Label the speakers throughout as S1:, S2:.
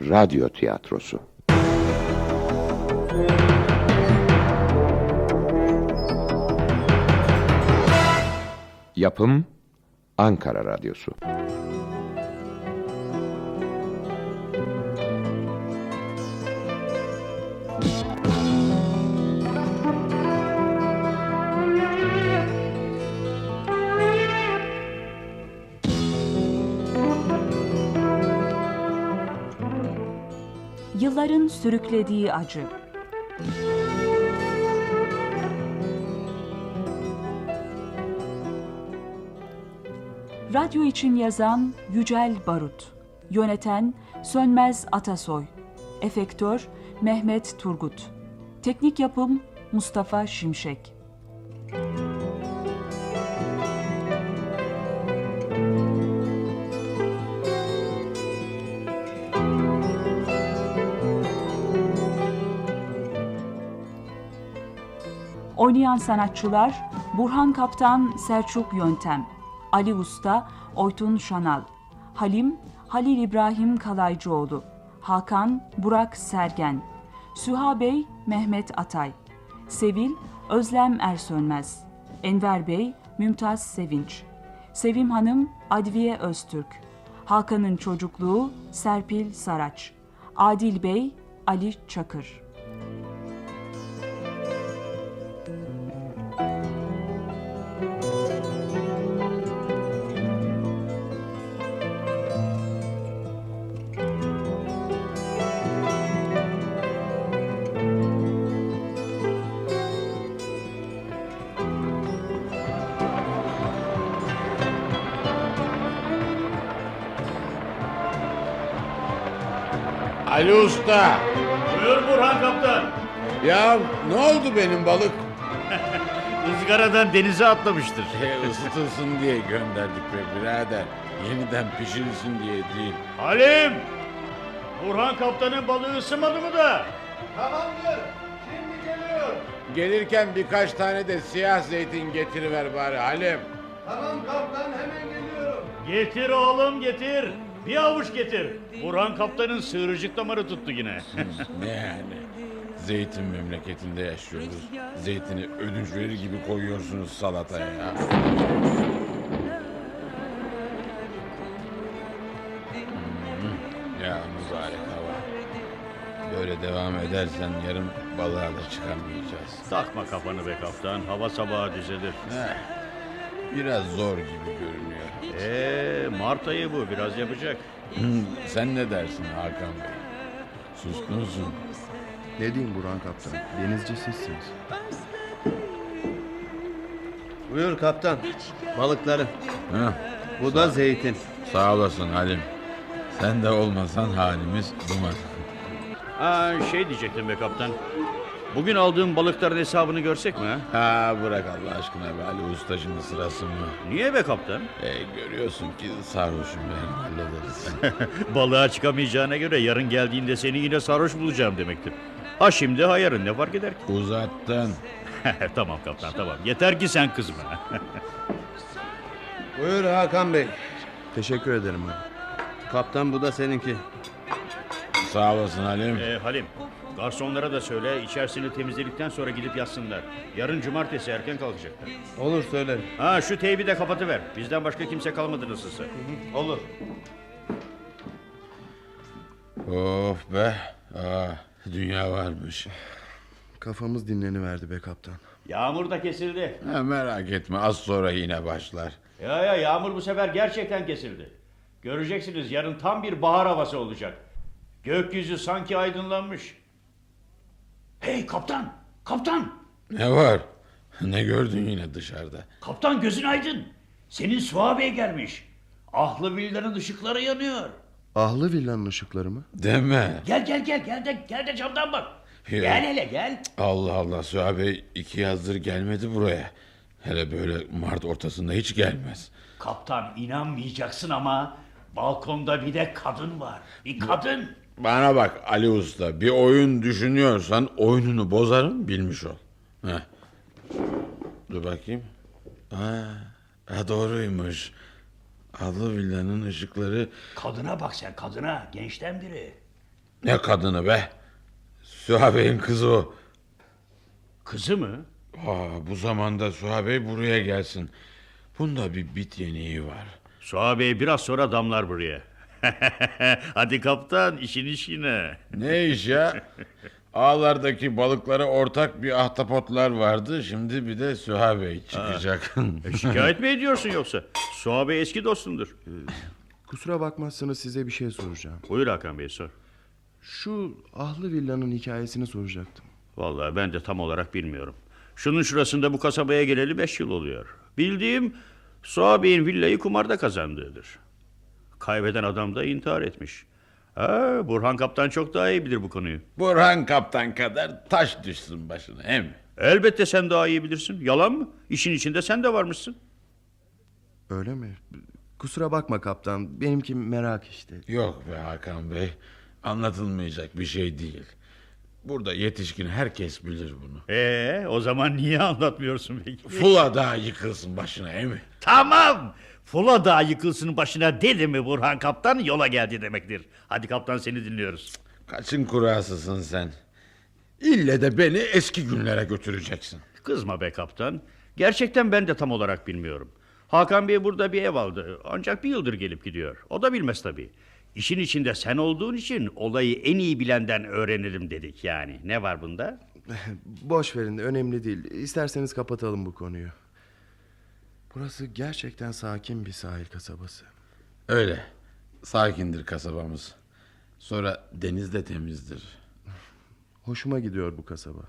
S1: radyo tiyatrosu. Yapım Ankara Radyosu.
S2: Yılların sürüklediği acı. Radyo için yazan Yücel Barut. Yöneten Sönmez Atasoy. Efektör Mehmet Turgut. Teknik yapım Mustafa Şimşek. Oynayan sanatçılar Burhan Kaptan Selçuk Yöntem, Ali Usta Oytun Şanal, Halim Halil İbrahim Kalaycıoğlu, Hakan Burak Sergen, Süha Bey Mehmet Atay, Sevil Özlem Ersönmez, Enver Bey Mümtaz Sevinç, Sevim Hanım Adviye Öztürk, Hakan'ın çocukluğu Serpil Saraç, Adil Bey Ali Çakır.
S3: Ali Usta.
S4: Buyur Burhan Kaptan.
S3: Ya ne oldu benim balık?
S4: Izgaradan denize atlamıştır.
S3: E, ısıtılsın diye gönderdik be birader. Yeniden pişirilsin diye değil.
S4: Halim! Burhan Kaptan'ın balığı ısınmadı mı da?
S3: Gelirken birkaç tane de siyah zeytin getiriver bari Halim.
S4: Getir oğlum getir. Bir avuç getir. Burhan Kaptan'ın sığırcık damarı tuttu yine.
S3: Ne yani? Zeytin memleketinde yaşıyoruz. Zeytini ödünç verir gibi koyuyorsunuz salataya ya. Hmm, Ya mübarek hava. Böyle devam edersen yarın balığa da çıkamayacağız.
S4: Takma kafanı be kaptan. Hava sabaha düzelir.
S3: Heh, Biraz zor gibi görünüyor.
S5: Ee?
S4: Eee Ee, Mart ayı bu biraz yapacak.
S3: Hmm, Sen ne dersin Hakan Bey? Suskunsun.
S6: Ne diyeyim Burhan Kaptan? Denizci sizsiniz.
S5: Buyur kaptan. Balıkları.
S3: Heh,
S5: Bu da zeytin.
S3: Sağ olasın Halim. Sen de olmasan halimiz duman.
S4: Aa, şey diyecektim be kaptan. Bugün aldığım balıkların hesabını görsek mi? ha?
S3: Ha bırak Allah aşkına be Ali Usta şimdi sırası mı?
S4: Niye be kaptan?
S3: E, görüyorsun ki sarhoşum ben hallederiz.
S4: Balığa çıkamayacağına göre yarın geldiğinde seni yine sarhoş bulacağım demektir. Ha şimdi ha yarın ne fark eder ki?
S3: Uzattın.
S4: tamam kaptan tamam. Yeter ki sen kızma.
S5: Buyur Hakan Bey.
S6: Teşekkür ederim abi.
S5: Kaptan bu da seninki.
S3: Sağ olasın Halim.
S4: Ee, Halim, garsonlara da söyle içerisini temizledikten sonra gidip yatsınlar. Yarın cumartesi erken kalkacaklar.
S5: Olur söylerim.
S4: Ha şu teybi de kapatıver. Bizden başka kimse kalmadı nasılsa.
S5: Olur.
S3: Of be. Aa, dünya varmış.
S6: Kafamız dinleniverdi be kaptan.
S4: Yağmur da kesildi.
S3: Ha, merak etme az sonra yine başlar.
S4: Ya ya yağmur bu sefer gerçekten kesildi. Göreceksiniz yarın tam bir bahar havası olacak. Gökyüzü sanki aydınlanmış. Hey kaptan! Kaptan!
S3: Ne var? Ne gördün yine dışarıda?
S4: Kaptan gözün aydın. Senin Suha Bey gelmiş. Ahlı villanın ışıkları yanıyor.
S6: Ahlı villanın ışıkları mı?
S3: Deme.
S4: Gel gel gel gel de, gel de camdan bak.
S3: Ya.
S4: Gel hele gel.
S3: Allah Allah Süha Bey iki yazdır gelmedi buraya. Hele böyle Mart ortasında hiç gelmez.
S4: Kaptan inanmayacaksın ama balkonda bir de kadın var. Bir kadın.
S3: Bana bak Ali Usta bir oyun düşünüyorsan oyununu bozarım bilmiş ol. Heh. Dur bakayım. Ha, ha doğruymuş. Adlı villanın ışıkları
S4: Kadına bak sen kadına. Gençten biri.
S3: Ne kadını be? Süha Bey'in kızı o.
S4: Kızı mı?
S3: Aa, bu zamanda Süha Bey buraya gelsin. Bunda bir bit yeniği var.
S4: Suha Bey biraz sonra damlar buraya. Hadi kaptan işin işine.
S3: Ne iş ya? Ağlardaki balıklara ortak bir ahtapotlar vardı. Şimdi bir de Süha Bey çıkacak.
S4: Şikayet mi ediyorsun yoksa? Suha Bey eski dostumdur.
S6: Kusura bakmazsanız size bir şey soracağım.
S4: Buyur Hakan Bey sor.
S6: Şu ahlı villanın hikayesini soracaktım.
S4: Vallahi ben de tam olarak bilmiyorum. Şunun şurasında bu kasabaya geleli beş yıl oluyor. Bildiğim Suha Bey'in villayı kumarda kazandığıdır. Kaybeden adam da intihar etmiş. Ha, Burhan Kaptan çok daha iyi bilir bu konuyu.
S3: Burhan kaptan kadar taş düşsün başına hem.
S4: Elbette sen daha iyi bilirsin. Yalan mı? İşin içinde sen de varmışsın.
S6: Öyle mi? Kusura bakma kaptan. Benimki merak işte.
S3: Yok be Hakan Bey. Anlatılmayacak bir şey değil. Burada yetişkin herkes bilir bunu.
S4: Ee, o zaman niye anlatmıyorsun peki?
S3: Fula da yıkılsın başına emi.
S4: Tamam. Fula Dağı yıkılsın başına dedi mi Burhan Kaptan yola geldi demektir. Hadi kaptan seni dinliyoruz.
S3: Kaçın kurasısın sen. İlle de beni eski günlere götüreceksin.
S4: Kızma be kaptan. Gerçekten ben de tam olarak bilmiyorum. Hakan Bey burada bir ev aldı. Ancak bir yıldır gelip gidiyor. O da bilmez tabii. İşin içinde sen olduğun için olayı en iyi bilenden öğrenelim dedik yani. Ne var bunda?
S6: Boş verin önemli değil. İsterseniz kapatalım bu konuyu. Burası gerçekten sakin bir sahil kasabası.
S3: Öyle. Sakindir kasabamız. Sonra deniz de temizdir.
S6: Hoşuma gidiyor bu kasaba.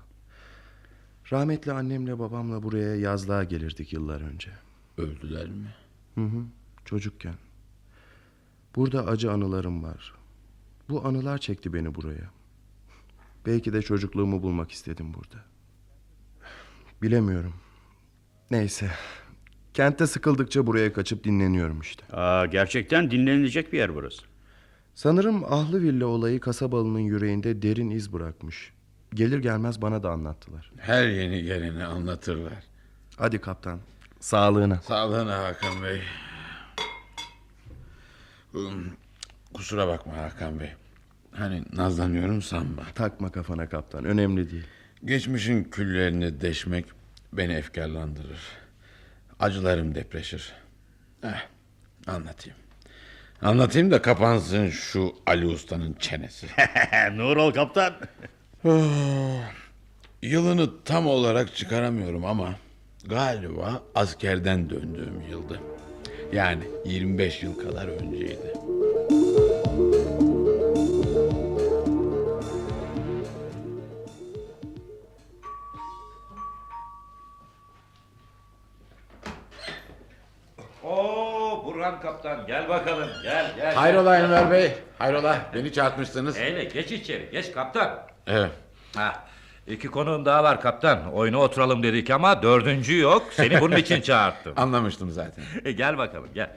S6: Rahmetli annemle babamla buraya yazlığa gelirdik yıllar önce.
S3: Öldüler mi?
S6: Hı hı, çocukken. Burada acı anılarım var. Bu anılar çekti beni buraya. Belki de çocukluğumu bulmak istedim burada. Bilemiyorum. Neyse. Kentte sıkıldıkça buraya kaçıp dinleniyorum işte.
S4: Aa, gerçekten dinlenilecek bir yer burası.
S6: Sanırım Ahlı Villa olayı kasabalının yüreğinde derin iz bırakmış. Gelir gelmez bana da anlattılar.
S3: Her yeni geleni anlatırlar.
S6: Hadi kaptan. Sağlığına.
S3: Sağlığına Hakan Bey. Hmm, Kusura bakma Hakan Bey. Hani nazlanıyorum sanma.
S6: Takma kafana kaptan. Önemli değil.
S3: Geçmişin küllerini deşmek beni efkarlandırır. Acılarım depreşir. Eh, anlatayım. Anlatayım da kapansın şu Ali Usta'nın çenesi.
S4: Nur ol kaptan.
S3: Yılını tam olarak çıkaramıyorum ama galiba askerden döndüğüm yıldı. Yani 25 yıl kadar önceydi.
S7: Oo Burhan Kaptan gel bakalım gel gel.
S3: Hayrola Enver Bey? Hayrola? Beni çağırtmışsınız.
S7: Hele geç içeri geç kaptan.
S3: Evet.
S7: Ha, iki konuğum daha var kaptan. Oyuna oturalım dedik ama dördüncü yok. Seni bunun için çağırttım.
S3: Anlamıştım zaten.
S7: E, gel bakalım gel.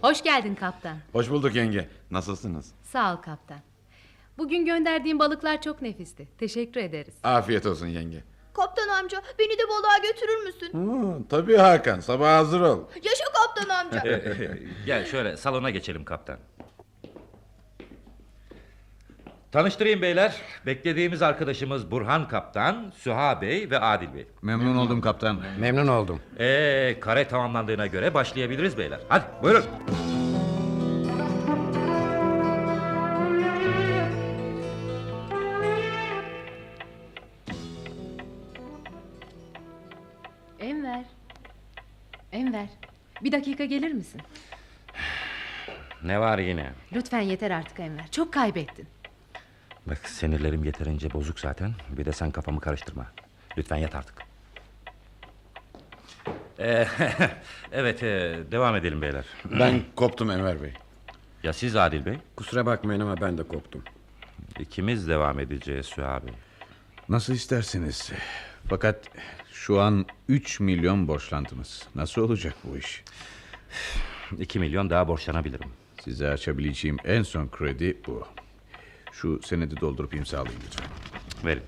S8: Hoş geldin kaptan.
S3: Hoş bulduk yenge. Nasılsınız?
S8: Sağ ol kaptan. Bugün gönderdiğin balıklar çok nefisti. Teşekkür ederiz.
S3: Afiyet olsun yenge.
S9: Kaptan amca beni de balığa götürür müsün?
S3: Hı, tabii Hakan. Sabah hazır ol.
S9: Yaşa kaptan amca.
S7: Gel şöyle salona geçelim kaptan. Tanıştırayım beyler. Beklediğimiz arkadaşımız Burhan Kaptan, Süha Bey ve Adil Bey.
S5: Memnun oldum kaptan.
S10: Memnun oldum.
S7: Ee, kare tamamlandığına göre başlayabiliriz beyler. Hadi buyurun.
S8: Enver. Enver. Bir dakika gelir misin?
S7: Ne var yine?
S8: Lütfen yeter artık Enver. Çok kaybettin.
S7: Bak sinirlerim yeterince bozuk zaten. Bir de sen kafamı karıştırma. Lütfen yat artık. Ee, evet e, devam edelim beyler.
S3: Ben koptum Enver Bey.
S7: Ya siz Adil Bey?
S10: Kusura bakmayın ama ben de koptum.
S7: İkimiz devam edeceğiz Süha abi.
S5: Nasıl isterseniz. Fakat şu an 3 milyon borçlantımız. Nasıl olacak bu iş?
S7: 2 milyon daha borçlanabilirim.
S5: Size açabileceğim en son kredi bu. Şu senedi doldurup imzalayın lütfen.
S7: Verin.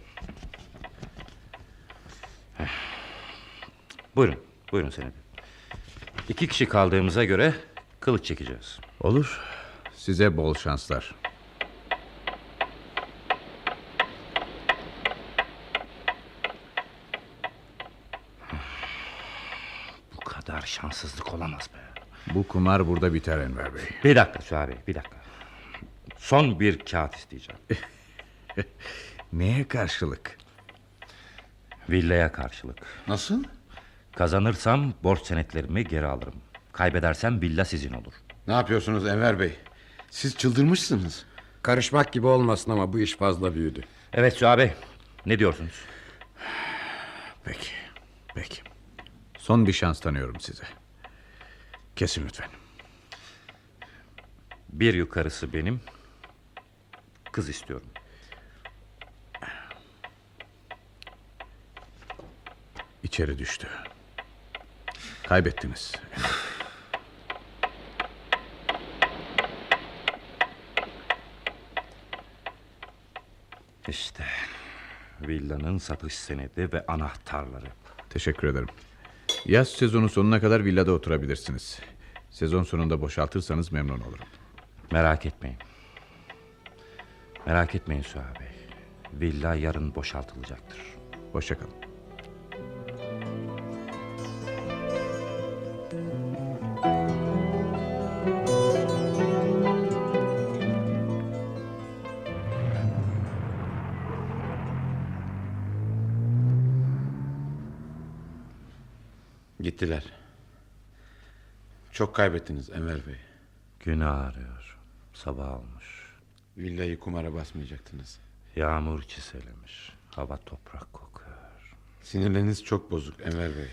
S7: Heh. Buyurun. Buyurun senedi. İki kişi kaldığımıza göre kılıç çekeceğiz.
S5: Olur. Size bol şanslar.
S7: kadar şanssızlık olamaz be.
S5: Bu kumar burada biter Enver Bey.
S7: Bir dakika Süha Bey, bir dakika. Son bir kağıt isteyeceğim.
S5: Neye karşılık?
S7: Villaya karşılık.
S3: Nasıl?
S7: Kazanırsam borç senetlerimi geri alırım. Kaybedersem villa sizin olur.
S3: Ne yapıyorsunuz Enver Bey? Siz çıldırmışsınız.
S10: Karışmak gibi olmasın ama bu iş fazla büyüdü.
S7: Evet Süha Bey, ne diyorsunuz?
S5: Peki. Peki. Son bir şans tanıyorum size. Kesin lütfen.
S7: Bir yukarısı benim. Kız istiyorum.
S5: İçeri düştü. Kaybettiniz.
S7: İşte villanın satış senedi ve anahtarları.
S5: Teşekkür ederim. Yaz sezonu sonuna kadar villada oturabilirsiniz. Sezon sonunda boşaltırsanız memnun olurum.
S7: Merak etmeyin. Merak etmeyin Süha Bey. Villa yarın boşaltılacaktır.
S5: Hoşçakalın.
S3: Gittiler. Çok kaybettiniz Enver Bey.
S7: Gün ağrıyor. Sabah olmuş.
S3: Villayı kumara basmayacaktınız.
S7: Yağmur çiselemiş. Hava toprak kokuyor.
S3: Sinirleriniz çok bozuk Enver Bey.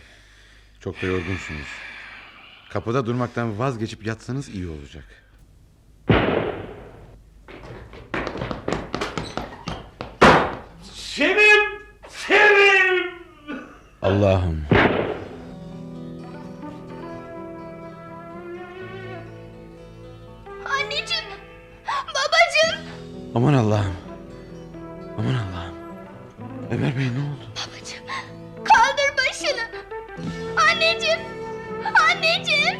S3: Çok da yorgunsunuz. Kapıda durmaktan vazgeçip yatsanız iyi olacak.
S4: Sevim! Sevim!
S3: Allah'ım.
S9: Anneciğim. Babacığım.
S3: Aman Allah'ım. Aman Allah'ım. Enver Bey ne oldu?
S9: Babacığım. Kaldır başını. Anneciğim. Anneciğim.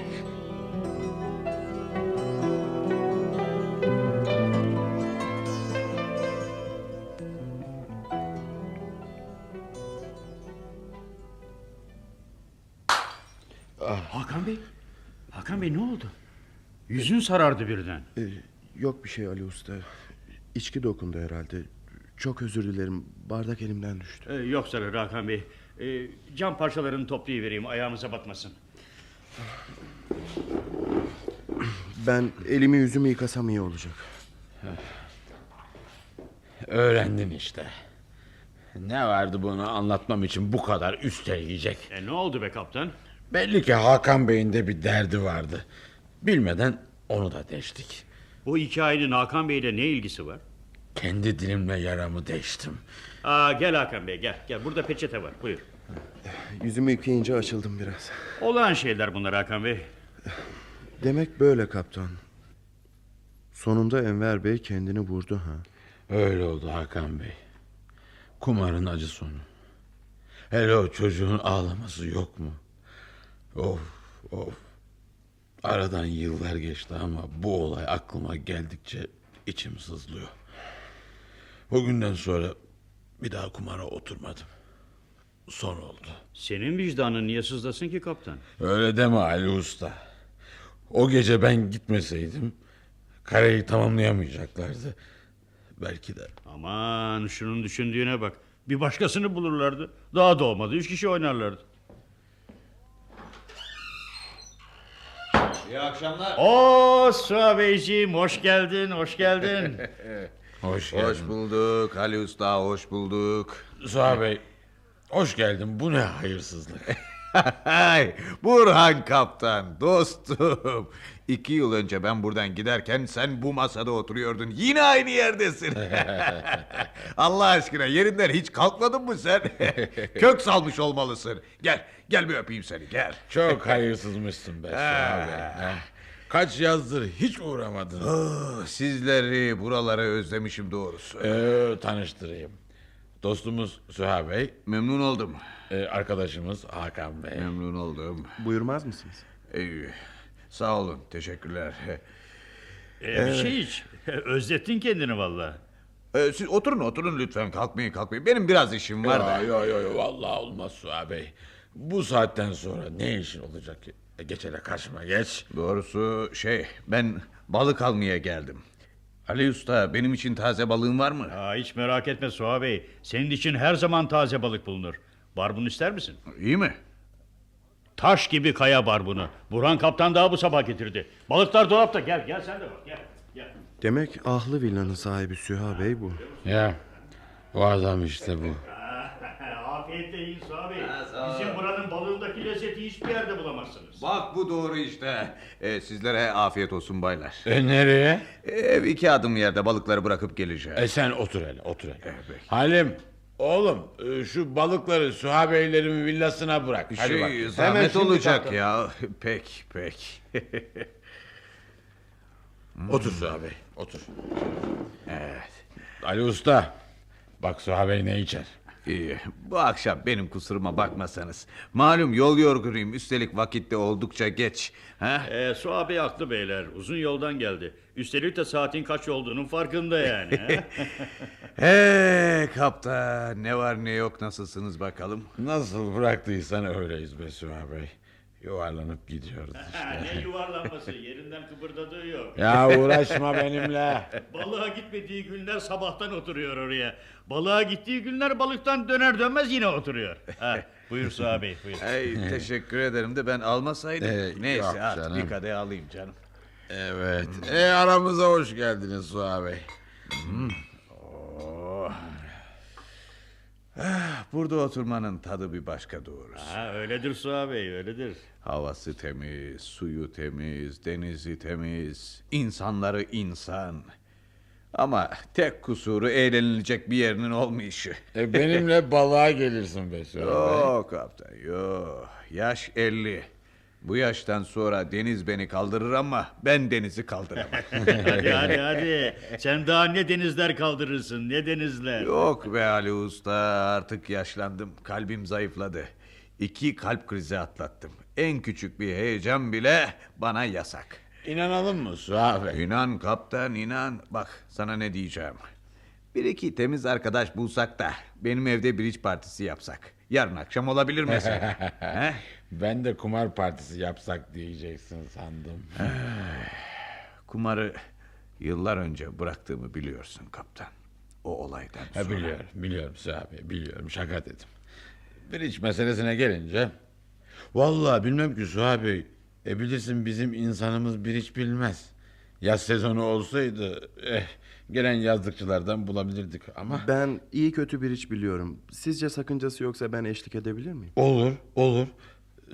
S4: Hakan Bey. Hakan Bey ne oldu? Yüzün sarardı birden.
S6: Yok bir şey Ali Usta. İçki dokundu herhalde. Çok özür dilerim. Bardak elimden düştü.
S4: Ee, yok zararı Hakan Bey. Ee, cam parçalarını toplayıvereyim ayağımıza batmasın.
S6: Ben elimi yüzümü yıkasam iyi olacak.
S3: Öğrendin işte. Ne vardı bunu anlatmam için bu kadar üsteleyecek.
S4: E, ne oldu be kaptan?
S3: Belli ki Hakan Bey'in de bir derdi vardı. Bilmeden onu da deştik.
S4: Bu hikayenin Hakan Bey'le ne ilgisi var?
S3: Kendi dilimle yaramı deştim.
S4: Aa, gel Hakan Bey gel. Gel burada peçete var buyur.
S6: Yüzümü yıkayınca açıldım biraz.
S4: Olağan şeyler bunlar Hakan Bey.
S6: Demek böyle kaptan. Sonunda Enver Bey kendini vurdu ha.
S3: Öyle oldu Hakan Bey. Kumarın acı sonu. Hele o çocuğun ağlaması yok mu? Of of. Aradan yıllar geçti ama bu olay aklıma geldikçe içim sızlıyor. O günden sonra bir daha kumara oturmadım. Son oldu.
S4: Senin vicdanın niye sızlasın ki kaptan?
S3: Öyle deme Ali Usta. O gece ben gitmeseydim kareyi tamamlayamayacaklardı. Belki de
S4: Aman şunun düşündüğüne bak. Bir başkasını bulurlardı. Daha da olmadı. Üç kişi oynarlardı.
S3: İyi akşamlar.
S4: Oo Suha Beyciğim hoş geldin, hoş geldin.
S5: Hoş
S3: Hoş geldin.
S5: bulduk Ali Usta, hoş bulduk.
S3: Suha Bey. Hoş geldin. Bu ne hayırsızlık?
S5: Hay, Burhan Kaptan, dostum. İki yıl önce ben buradan giderken sen bu masada oturuyordun. Yine aynı yerdesin. Allah aşkına yerinden hiç kalkmadın mı sen? Kök salmış olmalısın. Gel, gel bir öpeyim seni, gel.
S3: Çok hayırsızmışsın be
S5: Ah.
S3: Suha Bey. ha? Kaç yazdır hiç uğramadın.
S5: Oh, Sizleri buralara özlemişim doğrusu.
S3: Ee, tanıştırayım. Dostumuz Süha Bey,
S5: Memnun oldum.
S3: e, arkadaşımız Hakan Bey.
S5: Memnun oldum.
S6: Buyurmaz mısınız?
S5: Ee, sağ olun, teşekkürler.
S4: Ee, bir şey iç. Özlettin kendini vallahi.
S5: Ee, siz oturun, oturun lütfen. Kalkmayın, kalkmayın. Benim biraz işim var da.
S3: Var da. Yo yo yo vallahi olmaz Süha Bey. Bu saatten sonra ne işin olacak ki? E, Geç hele kaçma geç.
S5: Doğrusu şey ben balık almaya geldim. Ali Usta benim için taze balığın var mı?
S4: Ha, hiç merak etme Suha Bey. Senin için her zaman taze balık bulunur. Barbun ister misin?
S5: İyi mi?
S4: Taş gibi kaya barbunu. Burhan kaptan daha bu sabah getirdi. Balıklar dolapta. Gel gel sen de bak. Gel. gel.
S6: Demek ahlı villanın sahibi Süha Bey bu.
S3: Ya o adam işte bu.
S4: Afiyetle yiyin Suha Bey.
S5: sağ ol.
S4: Bizim buranın balığındaki lezzeti hiçbir yerde bulamazsınız.
S5: Bak bu doğru işte. Ee, sizlere afiyet olsun baylar.
S3: E nereye?
S5: Ev iki adım yerde balıkları bırakıp geleceğim.
S3: E sen otur hele otur hele. Halim oğlum e, şu balıkları Süha Beylerimin villasına bırak. Hadi
S5: şey
S3: bak.
S5: zahmet olacak ya. Pek pek.
S3: Otur Süha Bey otur. Evet. Ali Usta bak Süha Bey ne içer?
S5: İyi. Bu akşam benim kusuruma bakmasanız. Malum yol yorgunuyum. Üstelik vakitte oldukça geç. Ha?
S4: Ee, Suha Bey haklı beyler. Uzun yoldan geldi. Üstelik de saatin kaç olduğunun farkında yani. he?
S5: Hey kaptan ne var ne yok nasılsınız bakalım.
S3: Nasıl bıraktıysan öyleyiz be Süha Bey. Yuvarlanıp gidiyoruz
S4: Ha,
S3: işte.
S4: ne yuvarlanması yerinden kıpırdadığı yok.
S3: ya uğraşma benimle.
S4: Balığa gitmediği günler sabahtan oturuyor oraya. Balığa gittiği günler balıktan döner dönmez yine oturuyor. Ha, buyur Suha Bey buyur.
S5: Hey, teşekkür ederim de ben almasaydım.
S3: Ee,
S5: Neyse
S3: yok
S5: artık
S3: canım.
S5: bir kadeh alayım canım.
S3: Evet. E, aramıza hoş geldiniz Suha Bey.
S5: Burada oturmanın tadı bir başka doğrusu.
S4: Ha, öyledir Suha Bey öyledir.
S5: Havası temiz, suyu temiz, denizi temiz, insanları insan. Ama tek kusuru eğlenilecek bir yerinin olmayışı.
S3: E, benimle balığa gelirsin be Suha Bey.
S5: Yok kaptan yok. Yaş 50. Bu yaştan sonra deniz beni kaldırır ama ben denizi kaldıramam.
S4: hadi hadi hadi. Sen daha ne denizler kaldırırsın ne denizler.
S5: yok be Ali Usta artık yaşlandım. Kalbim zayıfladı. İki kalp krizi atlattım. En küçük bir heyecan bile bana yasak.
S3: İnanalım mı Suha Bey?
S5: İnan kaptan inan. Bak sana ne diyeceğim. Bir iki temiz arkadaş bulsak da benim evde bridge partisi yapsak. Yarın akşam olabilir mesela. He?
S3: Ben de kumar partisi yapsak diyeceksin sandım.
S5: Kumarı yıllar önce bıraktığımı biliyorsun kaptan. O olaydan
S3: Ha,
S5: sonra.
S3: biliyorum, biliyorum Suha Bey, biliyorum. Şaka dedim. Bir iç meselesine gelince... Vallahi bilmem ki Suha Bey. E bilirsin bizim insanımız bir iç bilmez. Yaz sezonu olsaydı... Eh, gelen yazlıkçılardan bulabilirdik ama...
S6: Ben iyi kötü bir iş biliyorum. Sizce sakıncası yoksa ben eşlik edebilir miyim?
S3: Olur, olur.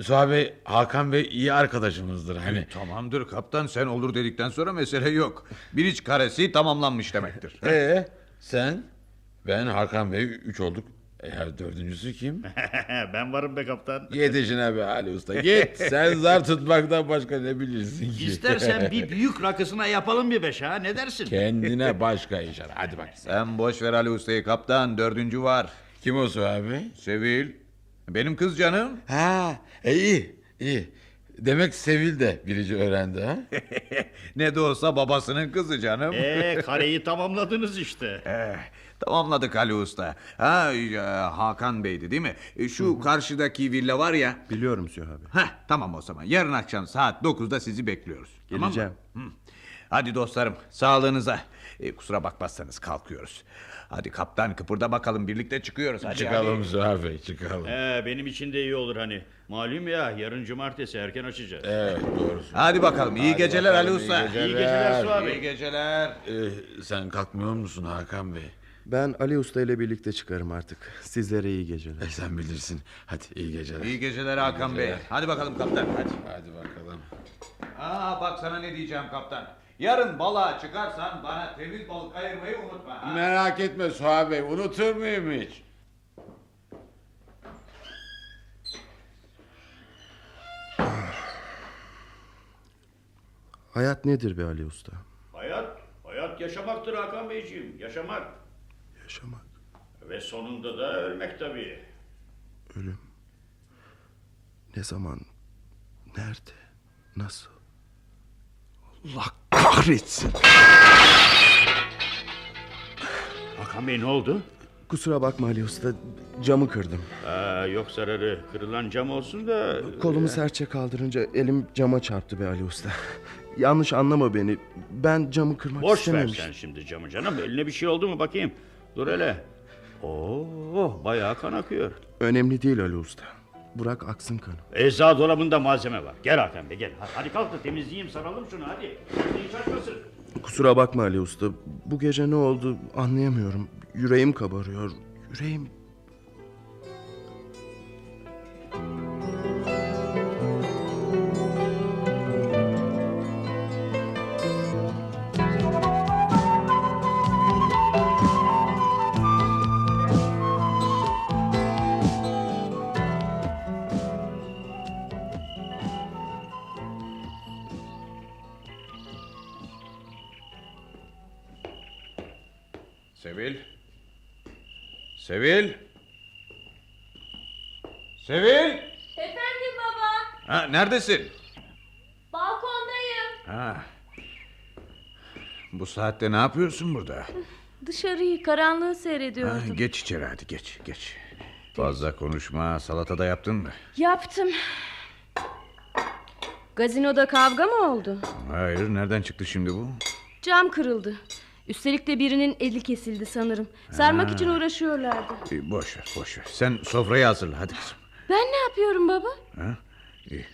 S3: Suha Bey, Hakan Bey iyi arkadaşımızdır.
S4: E,
S3: Hani
S5: Tamamdır kaptan sen olur dedikten sonra mesele yok. Bir iç karesi tamamlanmış demektir.
S3: Ee, sen? Ben Hakan Bey üç olduk. Eğer dördüncüsü kim?
S4: ben varım be kaptan.
S3: Git işine be Ali Usta git. Sen zar tutmaktan başka ne bilirsin ki?
S4: İstersen bir büyük rakısına yapalım bir beş ha ne dersin?
S3: Kendine başka iş ara. Hadi bak.
S5: sen boş ver Ali Usta'yı kaptan dördüncü var.
S3: Kim o Suha Bey?
S5: Sevil. Benim kız canım.
S3: Ha, e, iyi, iyi. Demek Sevil de birici öğrendi ha?
S5: Ne de olsa babasının kızı canım.
S4: Eee kareyi tamamladınız işte.
S5: Eh, tamamladık Ali Usta. Ha, e, Hakan Bey'di değil mi? E, Şu karşıdaki villa var ya.
S6: Biliyorum Süha Bey.
S5: Heh, tamam o zaman. Yarın akşam saat 9'da sizi bekliyoruz. Tamam mı?
S6: Geleceğim.
S5: Hı. Hadi dostlarım sağlığınıza. E, kusura bakmazsanız kalkıyoruz. Hadi kaptan kıpırda bakalım birlikte çıkıyoruz. Hadi,
S3: çıkalım Suha Bey, çıkalım.
S4: He, benim için de iyi olur hani. Malum ya yarın cumartesi erken açacağız.
S3: Evet, doğrusu.
S5: Hadi, hadi bakalım iyi geceler
S3: bakalım,
S5: Ali
S3: iyi
S5: Usta.
S4: iyi geceler Suha Bey.
S5: İyi geceler.
S3: Ee, sen kalkmıyor musun Hakan Bey?
S6: Ben Ali Usta ile birlikte çıkarım artık. Sizlere iyi geceler.
S3: E, sen bilirsin. Hadi iyi geceler.
S5: İyi geceler Hakan Bey. Hadi bakalım kaptan hadi.
S3: Hadi bakalım.
S5: Aa, bak sana ne diyeceğim kaptan. Yarın balığa çıkarsan bana temiz balık ayırmayı unutma. ha?
S3: Merak etme Suha Bey, unutur muyum hiç?
S6: Hayat nedir be Ali Usta?
S4: Hayat, hayat yaşamaktır Hakan Beyciğim. Yaşamak.
S6: Yaşamak,
S4: Ve sonunda da ölmek tabii.
S6: ölüm. Ne zaman, nerede, nasıl? Allah kahretsin.
S4: Hakan Bey ne oldu?
S6: Kusura bakma Ali Usta camı kırdım.
S4: Aa, yok zararı kırılan cam olsun da...
S6: Kolumu sertçe kaldırınca elim cama çarptı be Ali Usta. Yanlış anlama beni. Ben camı kırmak
S4: Boş ver
S6: istememiştim.
S4: sen şimdi camı canım. Eline bir şey oldu mu bakayım. Dur hele. Oo, bayağı kan akıyor.
S6: Önemli değil Ali Usta. Bırak aksın kanı.
S4: Eczacı dolabında malzeme var. Gel Hakan Bey gel. Hadi kalk da temizleyeyim saralım şunu hadi. Hadi hiç açmasın.
S6: Kusura bakma Ali Usta. Bu gece ne oldu anlayamıyorum. Yüreğim kabarıyor. Yüreğim
S5: Sevil. Sevil. Sevil.
S9: Efendim baba.
S5: Ha, neredesin?
S9: Balkondayım.
S5: Ha. Bu saatte ne yapıyorsun burada?
S9: Dışarıyı karanlığı
S5: Ha,
S9: seyrediyordum.
S5: geç içeri hadi geç geç. Fazla konuşma salata da yaptın mı?
S9: Yaptım. Gazinoda kavga mı oldu?
S5: Hayır nereden çıktı şimdi bu?
S9: Cam kırıldı. Üstelik de birinin eli kesildi sanırım. Sarmak
S5: Ha.
S9: için uğraşıyorlardı.
S5: Ee, boş ver boş ver. Sen sofrayı hazırla hadi kızım.
S9: Ben ne yapıyorum baba?
S5: Ha? İyi.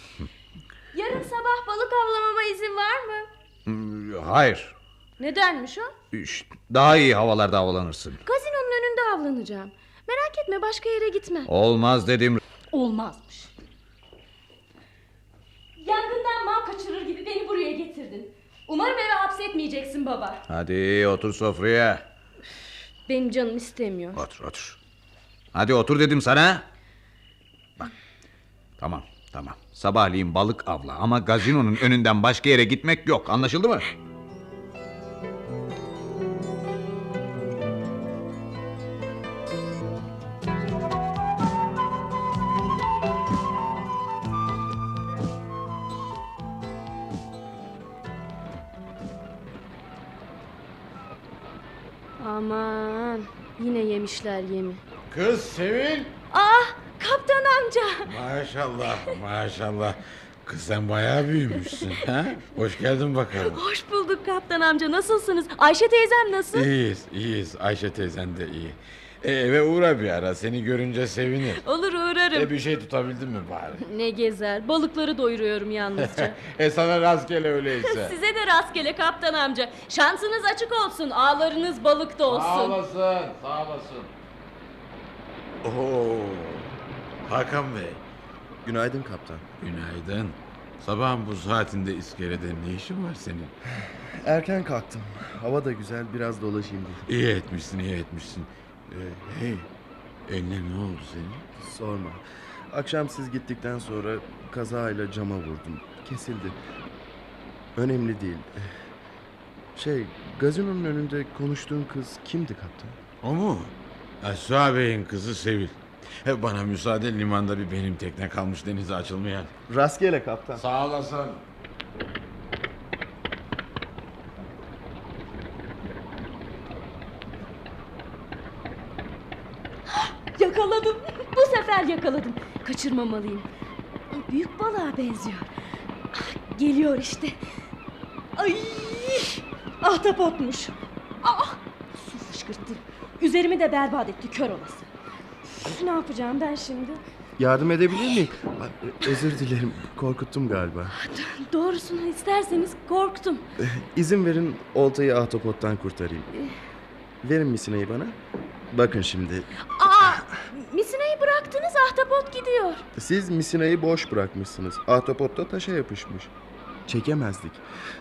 S9: Yarın sabah balık avlamama izin var mı?
S5: Hmm, Hayır.
S9: Nedenmiş o?
S5: Şşt, Daha iyi havalarda havalanırsın.
S9: Gazinonun önünde avlanacağım. Merak etme başka yere gitmem.
S5: Olmaz dedim.
S9: Olmazmış. Yangından mal kaçırır gibi beni buraya getirdin. Umarım eve hapsetmeyeceksin baba.
S5: Hadi otur sofraya.
S9: Benim canım istemiyor.
S5: Otur otur. Hadi otur dedim sana. Bak. Tamam tamam. Sabahleyin balık avla ama gazinonun önünden başka yere gitmek yok. Anlaşıldı mı?
S9: Aman yine yemişler yemi.
S3: Kız Sevil.
S9: Ah kaptan amca.
S3: Maşallah maşallah. Kız sen bayağı büyümüşsün. Ha? Hoş geldin bakalım.
S9: Hoş bulduk kaptan amca nasılsınız? Ayşe teyzem nasıl?
S3: İyiyiz iyiyiz. Ayşe teyzen de iyi. E, eve uğra bir ara. Seni görünce sevinir.
S9: Olur
S3: E,
S9: uğrarım.
S3: bir şey tutabildin mi bari?
S9: Ne gezer balıkları doyuruyorum yalnızca.
S3: e sana rastgele öyleyse.
S9: Size de rastgele kaptan amca. Şansınız açık olsun ağlarınız balıkta
S3: Sağ
S9: olsun.
S3: olasın, sağ olasın. Oo. Hakan Bey,
S6: Günaydın kaptan.
S3: günaydın. Sabahın bu saatinde iskelede ne işin var senin?
S6: Erken kalktım. Hava da güzel biraz dolaşayım dedim.
S3: İyi etmişsin, iyi etmişsin. Ee, hey, eline ne oldu senin?
S6: Sorma. Akşam siz gittikten sonra kazayla cama vurdum. Kesildi. Önemli değil. Şey, gazinonun önünde konuştuğun kız kimdi kaptan?
S3: O mu? Esra Bey'in kızı Sevil. E, Bana müsaade limanda bir benim tekne kalmış denize açılmayan.
S6: Rastgele kaptan.
S3: Sağ olasın.
S9: Yakaladım. Bu sefer yakaladım. Kaçırmamalıyım. O büyük balığa benziyor. Ah, Geliyor işte. Ay! Ahtapotmuş. Aa! Su fışkırttı. Üzerimi de berbat etti kör olası. Üf, Ne yapacağım ben şimdi?
S6: Yardım edebilir miyim? Ay, e, Özür dilerim. Korkuttum galiba.
S9: Doğrusunu isterseniz korktum.
S6: İzin verin oltayı ahtapottan kurtarayım. Verin misineyi bana. Bakın şimdi.
S9: Aa! Misineyi bıraktınız ahtapot gidiyor.
S6: Siz misineyi boş bırakmışsınız. Ahtapot da taşa yapışmış. Çekemezdik.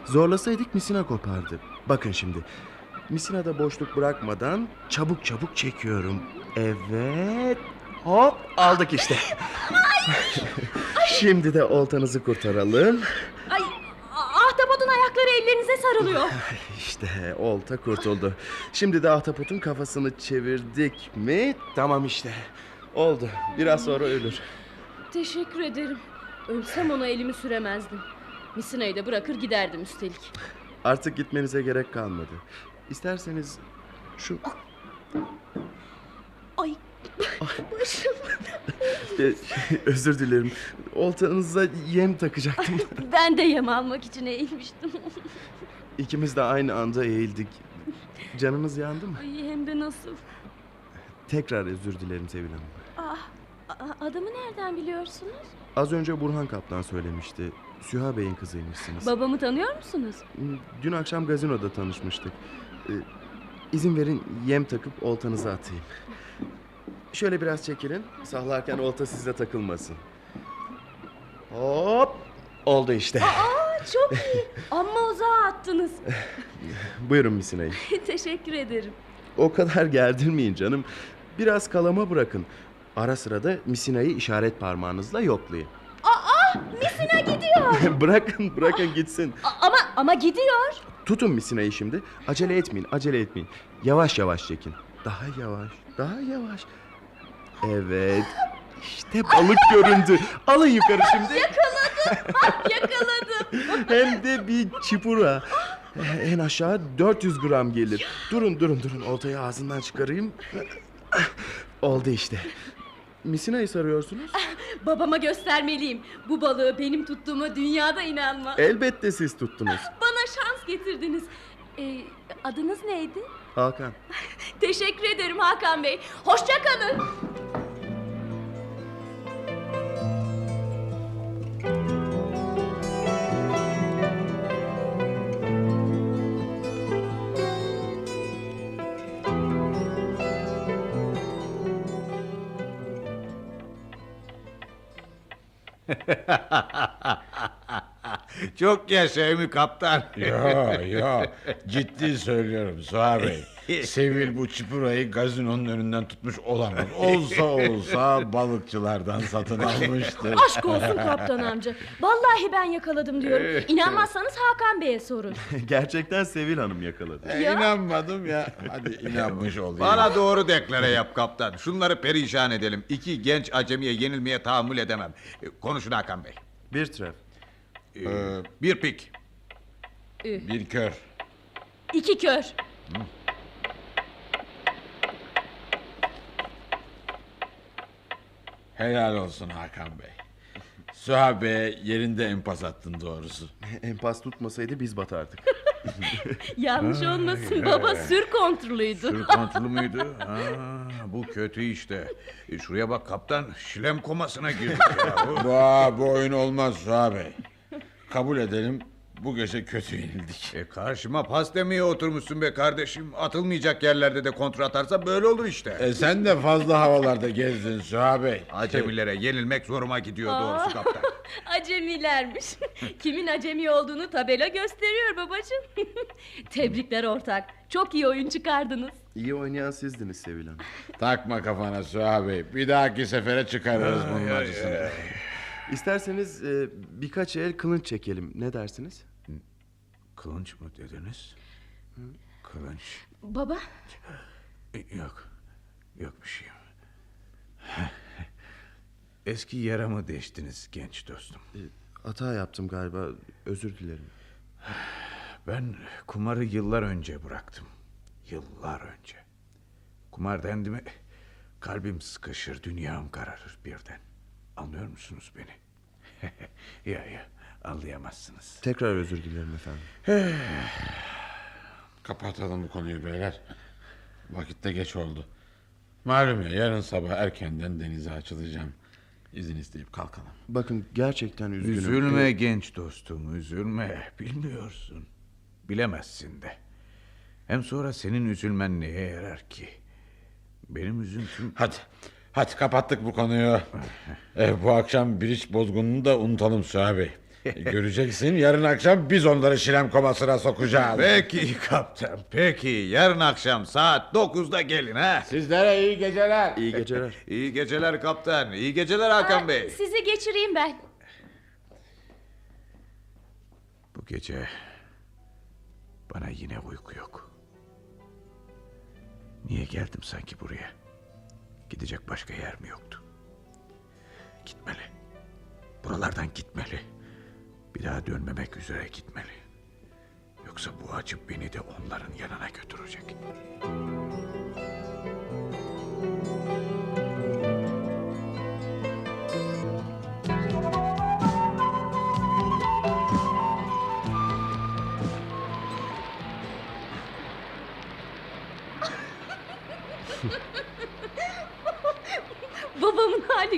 S6: Zorlasaydık misina kopardı. Bakın şimdi. Misinada boşluk bırakmadan çabuk çabuk çekiyorum. Evet. Hop aldık işte. şimdi de oltanızı kurtaralım.
S9: Ay! a- Ahtapotun ayakları ellerinize sarılıyor.
S6: İşte olta kurtuldu. Şimdi de ahtapotun kafasını çevirdik mi? Tamam işte. Oldu. Biraz sonra ölür.
S9: Teşekkür ederim. Ölsem ona elimi süremezdim. Misina'yı da bırakır giderdim üstelik.
S6: Artık gitmenize gerek kalmadı. İsterseniz şu
S9: Başım.
S6: Ee, Ah. Özür dilerim. Oltanıza yem
S9: Ah.
S6: takacaktım.
S9: Ben de yem almak için eğilmiştim.
S6: İkimiz de aynı anda eğildik. Canınız yandı mı?
S9: Ay, hem de nasıl.
S6: Tekrar özür dilerim Sevil Hanım.
S9: Ah, a- adamı nereden biliyorsunuz?
S6: Az önce Burhan Kaptan söylemişti. Süha Bey'in kızıymışsınız.
S9: Babamı tanıyor musunuz?
S6: Dün akşam gazinoda tanışmıştık. Ee, izin verin yem takıp oltanızı atayım. Şöyle biraz çekilin. Sallarken olta size takılmasın. Hop! Oldu işte.
S9: Aa çok iyi. Amma uzağa attınız.
S6: Buyurun misinayı.
S9: Teşekkür ederim.
S6: O kadar gerdirmeyin canım. Biraz kalama bırakın. Ara sıra da misinayı işaret parmağınızla yoklayın.
S9: Aa misina gidiyor.
S6: bırakın, bırakın gitsin.
S9: A- ama ama gidiyor.
S6: Tutun misinayı şimdi. Acele etmeyin, acele etmeyin. Yavaş yavaş çekin. Daha yavaş, daha yavaş. Evet. İşte balık göründü. Alın yukarı şimdi.
S9: Yakaladım. Bak yakaladım.
S6: Hem de bir çipura. En aşağı 400 gram gelir. Durun durun durun oltayı ağzından çıkarayım. Oldu işte. Misinayı sarıyorsunuz.
S9: Babama göstermeliyim. Bu balığı benim tuttuğuma dünyada
S6: E-
S9: inanmaz.
S6: Elbette siz tuttunuz.
S9: Bana şans getirdiniz. Ee, adınız neydi?
S6: Hakan.
S9: Teşekkür ederim Hakan Bey. Hoşça kalın.
S5: Çok yaşa Emi Kaptan.
S3: Yo yo ciddi söylüyorum Suha Bey. Sevil bu çipurayı gazinonun önünden tutmuş olamaz. Olsa olsa balıkçılardan satın almıştır.
S9: Aşk olsun kaptan amca. Vallahi ben yakaladım diyorum. İnanmazsanız Hakan Bey'e sorun.
S6: Gerçekten Sevil Hanım yakaladı.
S3: E, İnanmadım ya. Hadi inanmış olayım.
S5: Bana doğru deklare yap kaptan. Şunları perişan edelim. İki genç acemiye yenilmeye tahammül edemem. E, Konuşun Hakan Bey.
S6: Bir tref.
S3: Ee,
S5: E, bir pik.
S3: Bir kör.
S9: İki kör.
S3: Helal olsun Hakan Bey. Suha Bey yerinde empas attın doğrusu.
S6: Empas tutmasaydı biz batardık.
S9: Yanlış
S3: Ay,
S9: olmasın baba
S5: evet.
S9: sür kontrolüydü.
S5: Sür kontrolü müydü? Ha, bu kötü işte. E, şuraya bak kaptan. Şilem komasına girdik ya.
S3: Bu, bu oyun olmaz Suha Bey. Kabul edelim bu gece kötü yenildik.
S5: E, karşıma pas demeye oturmuşsun be kardeşim. Atılmayacak yerlerde de kontra atarsa böyle olur işte.
S3: E sen de fazla havalarda gezdin Suha Bey.
S5: Acemilere yenilmek zoruma gidiyor
S9: Aa,
S5: doğrusu kaptan.
S9: Acemilermiş. Kimin acemi olduğunu tabela gösteriyor babacığım. Tebrikler ortak. Çok iyi oyun çıkardınız.
S6: İyi oynayan sizdiniz Sevil Hanım.
S3: Takma kafana Suha Bey. Bir dahaki sefere çıkarırız bunun acısını.
S6: İsterseniz e, birkaç el kılınç çekelim. Ne dersiniz?
S5: Kılınç mı dediniz? Kılınç. Ee,
S9: Baba
S5: Yok. Yok bir şeyim. Eski yaramı deştiniz genç dostum.
S6: Hata yaptım galiba. Özür dilerim.
S5: Ben kumarı yıllar önce bıraktım. Yıllar önce. Kumar dendi mi kalbim sıkışır, dünyam kararır birden. Anlıyor musunuz beni? ya ya anlayamazsınız.
S6: Tekrar özür dilerim efendim.
S3: Kapatalım bu konuyu beyler. Vakit de geç oldu. Malum ya yarın sabah erkenden denize açılacağım. İzin isteyip kalkalım.
S6: Bakın gerçekten üzgünüm.
S5: Üzülme
S6: Ee,
S5: genç dostum, üzülme. Bilmiyorsun. Bilemezsin de. Hem sonra senin üzülmen neye yarar ki? Benim üzüntüm...
S3: Hadi. Hadi kapattık bu konuyu. Eh, bu akşam biriç bozgununu da unutalım Suha Bey. E, Göreceksin yarın akşam biz onları şilem komasına sokacağız.
S5: Peki kaptan, peki. Yarın akşam saat 9'da gelin ha.
S3: Sizlere iyi geceler.
S6: İyi geceler.
S5: İyi geceler kaptan, iyi geceler Hakan Bey.
S9: sizi geçireyim ben.
S5: Bu gece bana yine uyku yok. Niye geldim sanki buraya? Gidecek başka yer mi yoktu? Gitmeli. Buralardan gitmeli. Bir daha dönmemek üzere gitmeli. Yoksa bu acı beni de onların yanına götürecek.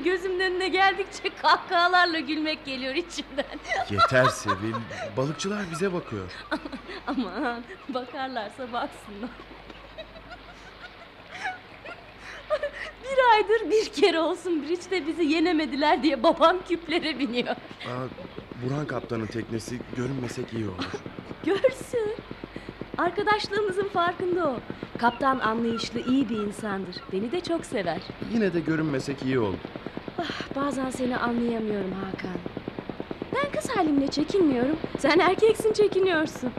S9: gözümün önüne geldikçe kahkahalarla gülmek geliyor içimden.
S6: Yeter Sevil. Balıkçılar bize bakıyor.
S9: Aman bakarlarsa baksınlar. bir aydır bir kere olsun Bridge'de bizi yenemediler diye babam küplere biniyor.
S6: Aa, Burhan Kaptan'ın teknesi görünmesek iyi olur.
S9: Görsün. Arkadaşlığımızın farkında o. Kaptan anlayışlı iyi bir insandır. Beni de çok sever.
S6: Yine de görünmesek iyi olur.
S9: Ah, bazen seni anlayamıyorum Hakan. Ben kız halimle çekinmiyorum. Sen erkeksin çekiniyorsun.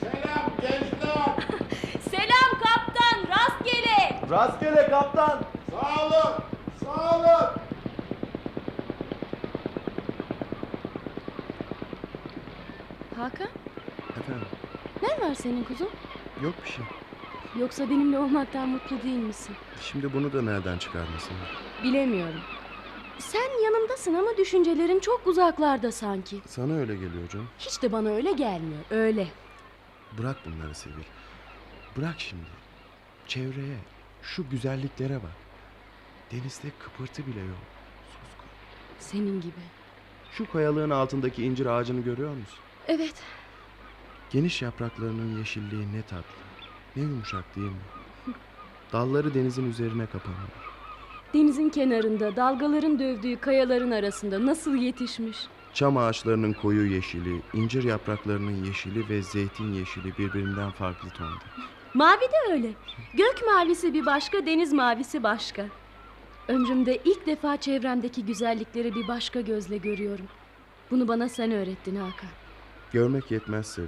S4: Selam gençler.
S9: Selam kaptan rastgele.
S4: Rastgele kaptan. Sağ olun. Sağ olun.
S9: Hakan
S6: Efendim?
S9: ne var senin kuzum?
S6: Yok bir şey.
S9: Yoksa benimle olmaktan mutlu değil misin?
S6: Şimdi bunu da nereden çıkarmasın?
S9: Bilemiyorum. Sen yanımdasın ama düşüncelerin çok uzaklarda sanki.
S6: Sana öyle geliyor canım.
S9: Hiç de bana öyle gelmiyor. Öyle.
S6: Bırak bunları Sevil. Bırak şimdi. Çevreye, şu güzelliklere bak. Denizde kıpırtı bile yok.
S9: Senin gibi.
S6: Şu kayalığın altındaki incir ağacını görüyor musun?
S9: Evet.
S6: Geniş yapraklarının yeşilliği ne tatlı, ne yumuşak değil mi? Dalları denizin üzerine kapanıyor.
S9: Denizin kenarında dalgaların dövdüğü kayaların arasında nasıl yetişmiş?
S6: Çam ağaçlarının koyu yeşili, incir yapraklarının yeşili ve zeytin yeşili birbirinden farklı tonda.
S9: Mavi de öyle. Gök mavisi bir başka, deniz mavisi başka. Ömrümde ilk defa çevremdeki güzellikleri bir başka gözle görüyorum. Bunu bana sen öğrettin Hakan.
S6: Görmek yetmez Sevil.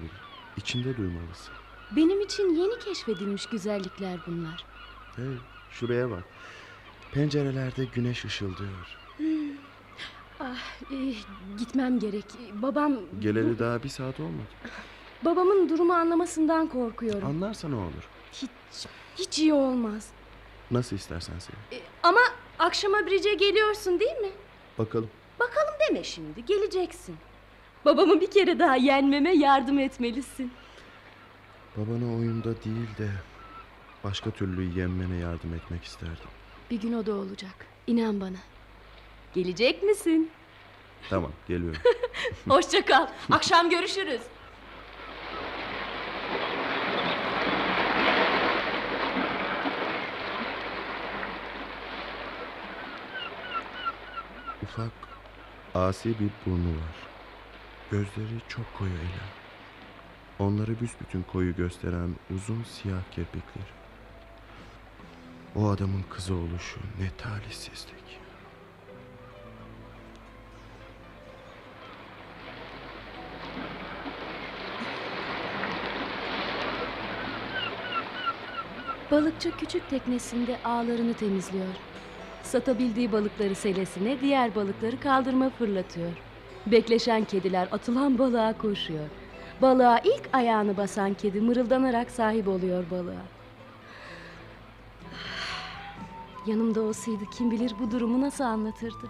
S6: İçinde duymalısın.
S9: Benim için yeni keşfedilmiş güzellikler bunlar.
S6: Hey, şuraya bak. Pencerelerde güneş ışıldıyor.
S9: Hmm. Ah, eh, gitmem gerek. Babam
S6: Geleli daha bir saat olmadı.
S9: babamın durumu anlamasından korkuyorum.
S6: Anlarsa ne olur?
S9: Hiç hiç iyi olmaz.
S6: Nasıl istersen Sevil.
S9: Ama akşama Bridge'e geliyorsun değil mi?
S6: Bakalım.
S9: Bakalım deme şimdi, geleceksin. Babamı bir kere daha yenmeme yardım etmelisin.
S6: Babana oyunda değil de başka türlü yenmene yardım etmek isterdim.
S9: Bir gün o da olacak. İnan bana. Gelecek misin?
S6: Tamam geliyorum.
S9: Hoşça kal. Akşam görüşürüz.
S6: Ufak, asi bir burnu var. Gözleri çok koyu ela. Onları büsbütün koyu gösteren uzun siyah kirpikleri. O adamın kızı oluşu ne talihsizlik.
S9: Balıkçı küçük teknesinde ağlarını temizliyor. Satabildiği balıkları selesine, diğer balıkları kaldırma fırlatıyor. Bekleşen kediler atılan balığa koşuyor. Balığa ilk ayağını basan kedi mırıldanarak sahip oluyor balığa. Yanımda olsaydı kim bilir bu durumu nasıl anlatırdı.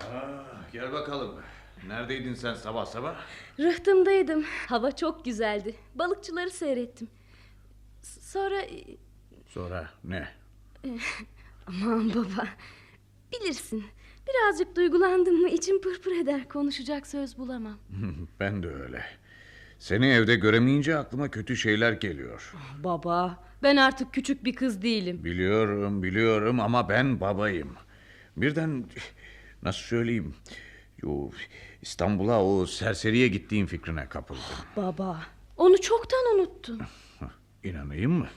S3: Ah, gel bakalım. Neredeydin sen sabah sabah?
S9: Rıhtımdaydım. Hava çok güzeldi. Balıkçıları seyrettim. S- Sonra e,
S3: Sonra ne?
S9: e, aman baba. Bilirsin. Birazcık duygulandım mı içim pırpır eder. Konuşacak söz bulamam.
S3: ben de öyle. Seni evde göremeyince aklıma kötü şeyler geliyor.
S9: Baba, ben artık küçük bir kız değilim.
S3: Biliyorum biliyorum ama ben babayım. Birden nasıl söyleyeyim? Yo, İstanbul'a o serseriye gittiğin fikrine kapıldım.
S9: Baba, onu çoktan unuttun.
S3: İnanayım mı?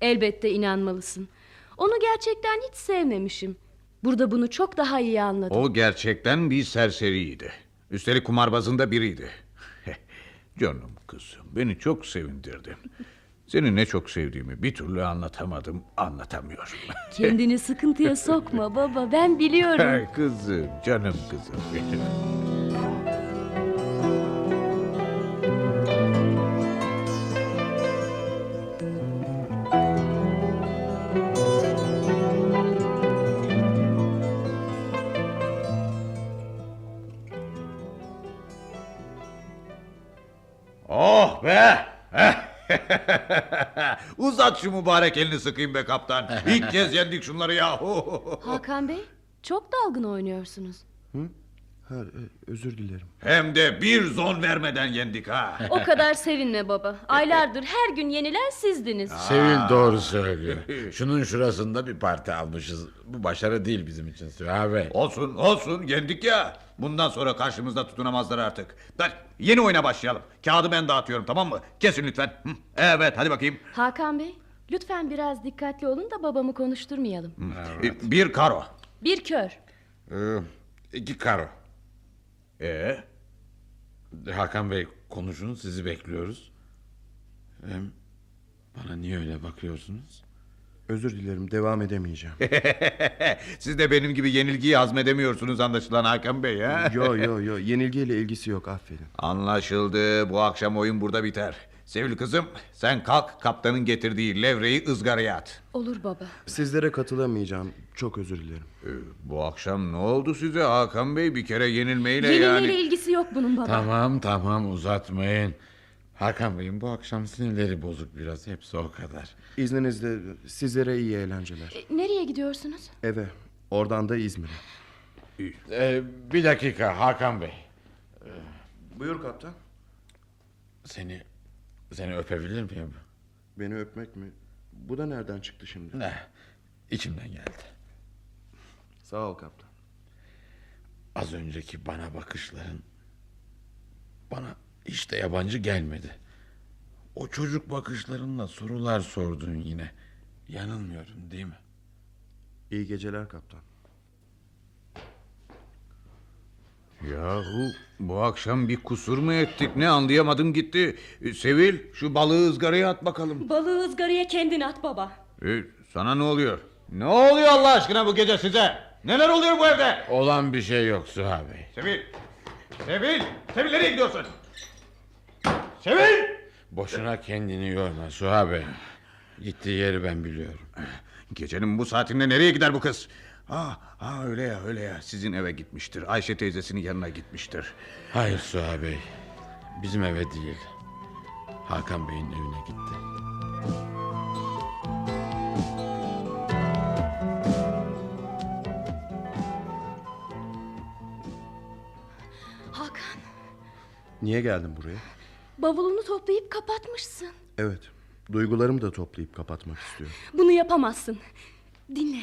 S9: Elbette inanmalısın. Onu gerçekten hiç sevmemişim. Burada bunu çok daha iyi anladım.
S3: O gerçekten bir serseriydi. Üstelik kumarbazında biriydi. Canım kızım beni çok sevindirdin. Seni ne çok sevdiğimi bir türlü anlatamadım, anlatamıyorum.
S9: Kendini sıkıntıya sokma baba, ben biliyorum.
S3: kızım, canım kızım benim. Oh be! Uzat şu mübarek elini sıkayım be kaptan. İlk kez yendik şunları yahu.
S9: Hakan Bey, çok dalgın oynuyorsunuz.
S3: Ha,
S6: e,
S3: özür dilerim. Hem de bir zon vermeden yendik ha.
S9: O kadar sevinme baba. Aylardır her gün yenilen sizdiniz.
S11: Sevil doğru söylüyor. Şunun şurasında bir parti almışız. Bu başarı değil bizim için Sühabe.
S3: Olsun olsun yendik ya. Bundan sonra karşımızda tutunamazlar artık. Hadi yeni oyuna başlayalım. Kağıdı ben dağıtıyorum tamam mı? Kesin lütfen. Hı, Evet hadi bakayım.
S9: Hakan Bey, lütfen biraz dikkatli olun da babamı konuşturmayalım.
S3: Hı, e, Bir karo.
S9: Bir kör.
S12: Ee,
S11: iki karo.
S3: Ee?
S12: Hakan Bey konuşun sizi bekliyoruz. Hem bana niye öyle bakıyorsunuz?
S6: Özür dilerim devam edemeyeceğim.
S3: Siz de benim gibi yenilgiyi hazmedemiyorsunuz anlaşılan Hakan Bey ha?
S6: yo yo yo yenilgiyle ilgisi yok affedin.
S3: Anlaşıldı. Bu akşam oyun burada biter. Sevil kızım sen kalk kaptanın getirdiği levreyi ızgaraya at.
S9: Olur baba.
S6: Sizlere katılamayacağım. Çok özür dilerim.
S3: Bu akşam ne oldu size Hakan Bey? Bir kere yenilmeyle
S9: Yenilgiyle ilgisi yok bunun baba.
S11: Tamam tamam uzatmayın. Hakan Bey'in bu akşam sinirleri bozuk biraz. Hepsi o kadar.
S6: İzninizle sizlere iyi eğlenceler.
S9: E, Nereye gidiyorsunuz?
S6: Eve. Oradan da İzmir'e.
S11: Ee, bir dakika Hakan Bey.
S6: Buyur kaptan.
S11: Seni seni öpebilir miyim?
S6: Beni öpmek mi? Bu da nereden çıktı şimdi?
S11: Ne? İçimden geldi.
S6: Sağ ol kaptan.
S11: Az önceki bana bakışların bana hiç de yabancı gelmedi. O çocuk bakışlarınla sorular sordun yine. Yanılmıyorum değil mi?
S6: İyi geceler kaptan.
S3: Yahu bu akşam bir kusur mu ettik ne anlayamadım gitti. Ee, Sevil şu balığı ızgaraya at bakalım.
S13: Balığı ızgaraya kendin at baba.
S3: Ee, sana ne oluyor? Ne oluyor Allah aşkına bu gece size? Neler oluyor bu evde?
S11: Olan bir şey yok Süha Bey.
S3: Sevil! Sevil! Sevil nereye gidiyorsun? Sevil!
S11: Boşuna kendini yorma Süha Bey. Gittiği yeri ben biliyorum.
S3: Gecenin bu saatinde nereye gider bu kız? Ha, ha öyle ya öyle ya sizin eve gitmiştir. Ayşe teyzesinin yanına gitmiştir.
S11: Hayır Süha Bey. Bizim eve değil. Hakan Bey'in evine gitti.
S9: Hakan,
S6: Niye geldin buraya?
S9: bavulunu toplayıp kapatmışsın.
S6: Evet. Duygularımı da toplayıp kapatmak istiyorum.
S9: Bunu yapamazsın. Dinle.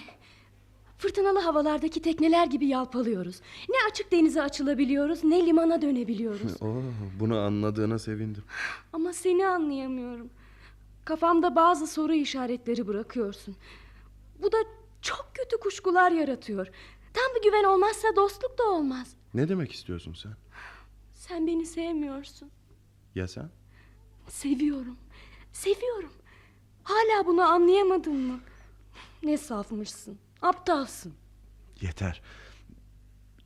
S9: Fırtınalı havalardaki tekneler gibi yalpalıyoruz. Ne açık denize açılabiliyoruz ne limana dönebiliyoruz.
S6: Oo, bunu anladığına sevindim.
S9: Ama seni anlayamıyorum. Kafamda bazı soru işaretleri bırakıyorsun. Bu da çok kötü kuşkular yaratıyor. Tam bir güven olmazsa dostluk da olmaz.
S6: Ne demek istiyorsun sen?
S9: Sen beni sevmiyorsun.
S6: Ya sen?
S9: Seviyorum. Seviyorum. Hala bunu anlayamadın mı? Ne safmışsın. Aptalsın.
S6: Yeter.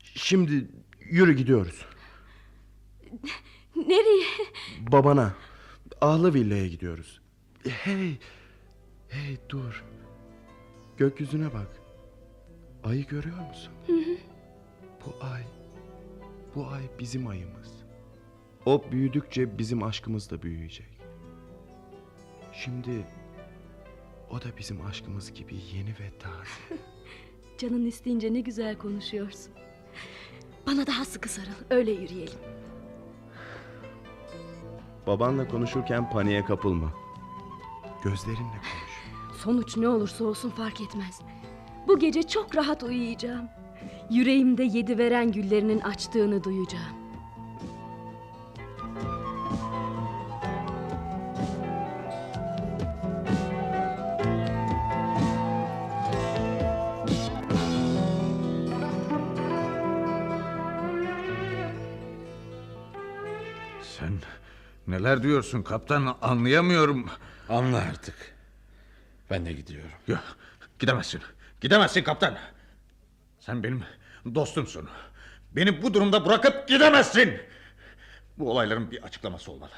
S6: Şimdi yürü gidiyoruz.
S9: Nereye?
S6: Babana. Ahlı villaya gidiyoruz. Hey. Hey dur. Gökyüzüne bak. Ayı görüyor musun? Bu ay. Bu ay bizim ayımız. O büyüdükçe bizim aşkımız da büyüyecek. Şimdi o da bizim aşkımız gibi yeni ve taze.
S9: Canın isteyince ne güzel konuşuyorsun. Bana daha sıkı sarıl. Öyle yürüyelim.
S6: Babanla konuşurken paniğe kapılma. Gözlerinle konuş.
S9: Sonuç ne olursa olsun fark etmez. Bu gece çok rahat uyuyacağım. Yüreğimde yedi veren güllerinin açtığını duyacağım.
S3: Sen neler diyorsun kaptan anlayamıyorum.
S11: Anla artık. Ben de gidiyorum.
S3: Yok gidemezsin. Gidemezsin kaptan. Sen benim dostumsun. Beni bu durumda bırakıp gidemezsin. Bu olayların bir açıklaması olmalı.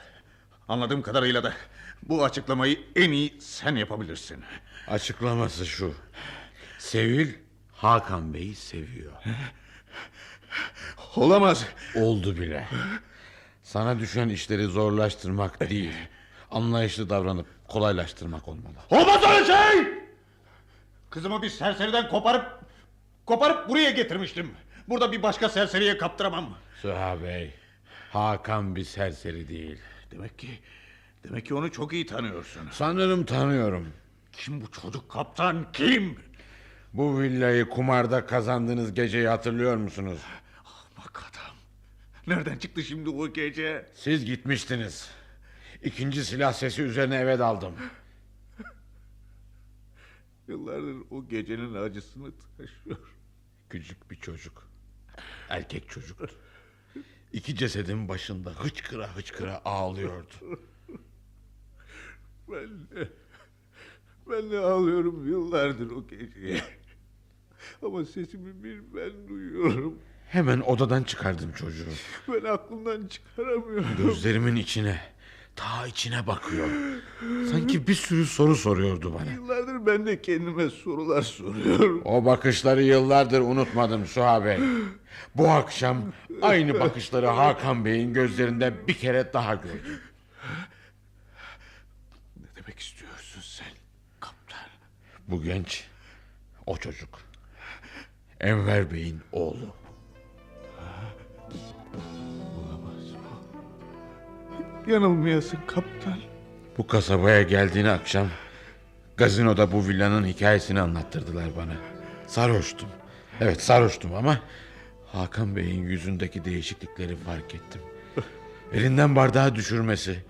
S3: Anladığım kadarıyla da bu açıklamayı en iyi sen yapabilirsin.
S11: Açıklaması şu. Sevil Hakan Bey'i seviyor.
S3: Olamaz.
S11: Oldu bile.
S3: Sana düşen işleri zorlaştırmak değil, anlayışlı davranıp kolaylaştırmak olmalı.
S14: Olmaz öyle şey! Kızımı bir serseriden koparıp koparıp buraya getirmiştim. Burada bir başka serseriye kaptıramam.
S3: Süha Bey, Hakan bir serseri değil.
S5: Demek ki demek ki onu çok iyi tanıyorsun.
S3: Sanırım tanıyorum.
S5: Kim bu çocuk kaptan kim?
S3: Bu villayı kumarda kazandığınız geceyi hatırlıyor musunuz?
S5: Ah, Nereden çıktı şimdi o gece?
S3: Siz gitmiştiniz. İkinci silah sesi üzerine eve daldım.
S5: Yıllardır o gecenin acısını taşıyor.
S3: Küçük bir çocuk. Erkek çocuktu. İki cesedin başında hıçkıra hıçkıra ağlıyordu.
S5: Ben de, ben de ağlıyorum yıllardır o geceye. Ama sesimi bir ben duyuyorum.
S3: Hemen odadan çıkardım çocuğu.
S5: Ben aklımdan çıkaramıyorum.
S3: Gözlerimin içine, ta içine bakıyor. Sanki bir sürü soru soruyordu bana.
S5: Yıllardır ben de kendime sorular soruyorum.
S3: O bakışları yıllardır unutmadım Suha Bey. Bu akşam aynı bakışları Hakan Bey'in gözlerinde bir kere daha gördüm.
S5: Ne demek istiyorsun sen?
S3: Bu genç, o çocuk. Enver Bey'in oğlu.
S5: Yanılmayasın kaptan.
S3: Bu kasabaya geldiğini akşam gazinoda bu villanın hikayesini anlattırdılar bana. Sarhoştum. Evet sarhoştum ama Hakan Bey'in yüzündeki değişiklikleri fark ettim. Elinden bardağı düşürmesi,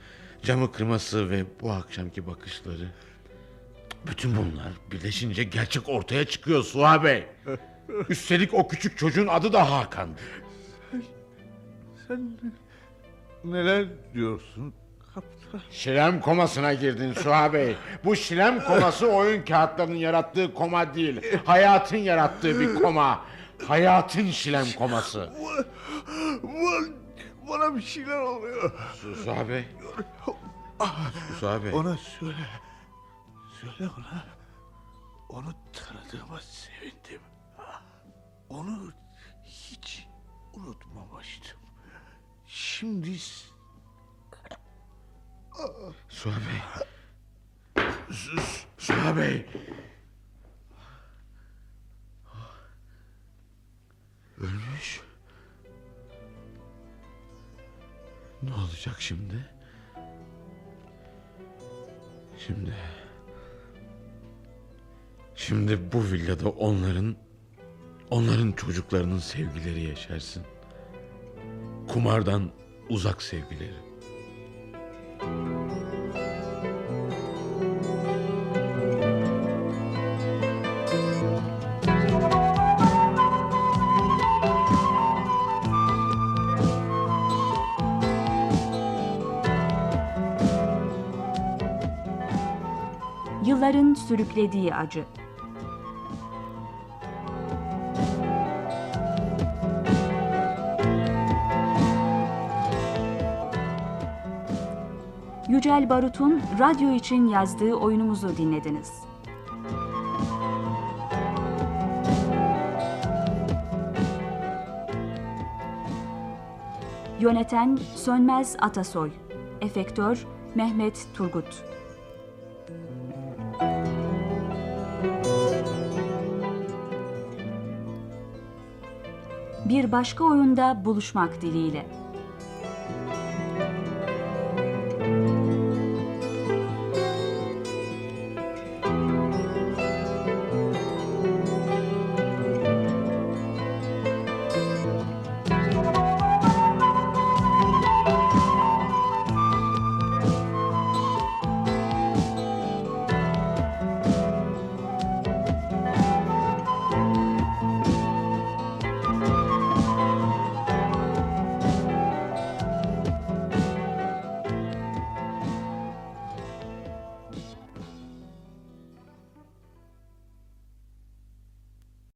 S3: camı kırması ve bu akşamki bakışları. Bütün bunlar birleşince gerçek ortaya çıkıyor Suha Bey. Üstelik o küçük çocuğun adı da Hakan.
S5: Sen neler diyorsun?
S3: Şilem komasına girdin Suha Bey. Bu şilem koması oyun kağıtlarının yarattığı koma değil. Hayatın yarattığı bir koma. Hayatın şilem koması.
S5: Ulan bana bir şeyler oluyor. Ah,
S3: Suha Bey. Suha Bey.
S5: Ona söyle. Söyle ona. Onu tanıdığıma sevindim. Onu hiç unutmamıştım. Şimdi... s-
S3: Suha Bey. Sus, Suha Bey. Ölmüş. Ne olacak şimdi? Şimdi... Şimdi bu villada onların... Onların çocuklarının sevgileri yaşarsın. Kumardan uzak sevgileri.
S2: Yılların sürüklediği acı. Yücel Barut'un radyo için yazdığı oyunumuzu dinlediniz. Yöneten Sönmez Atasoy Efektör Mehmet Turgut Bir başka oyunda buluşmak dileğiyle.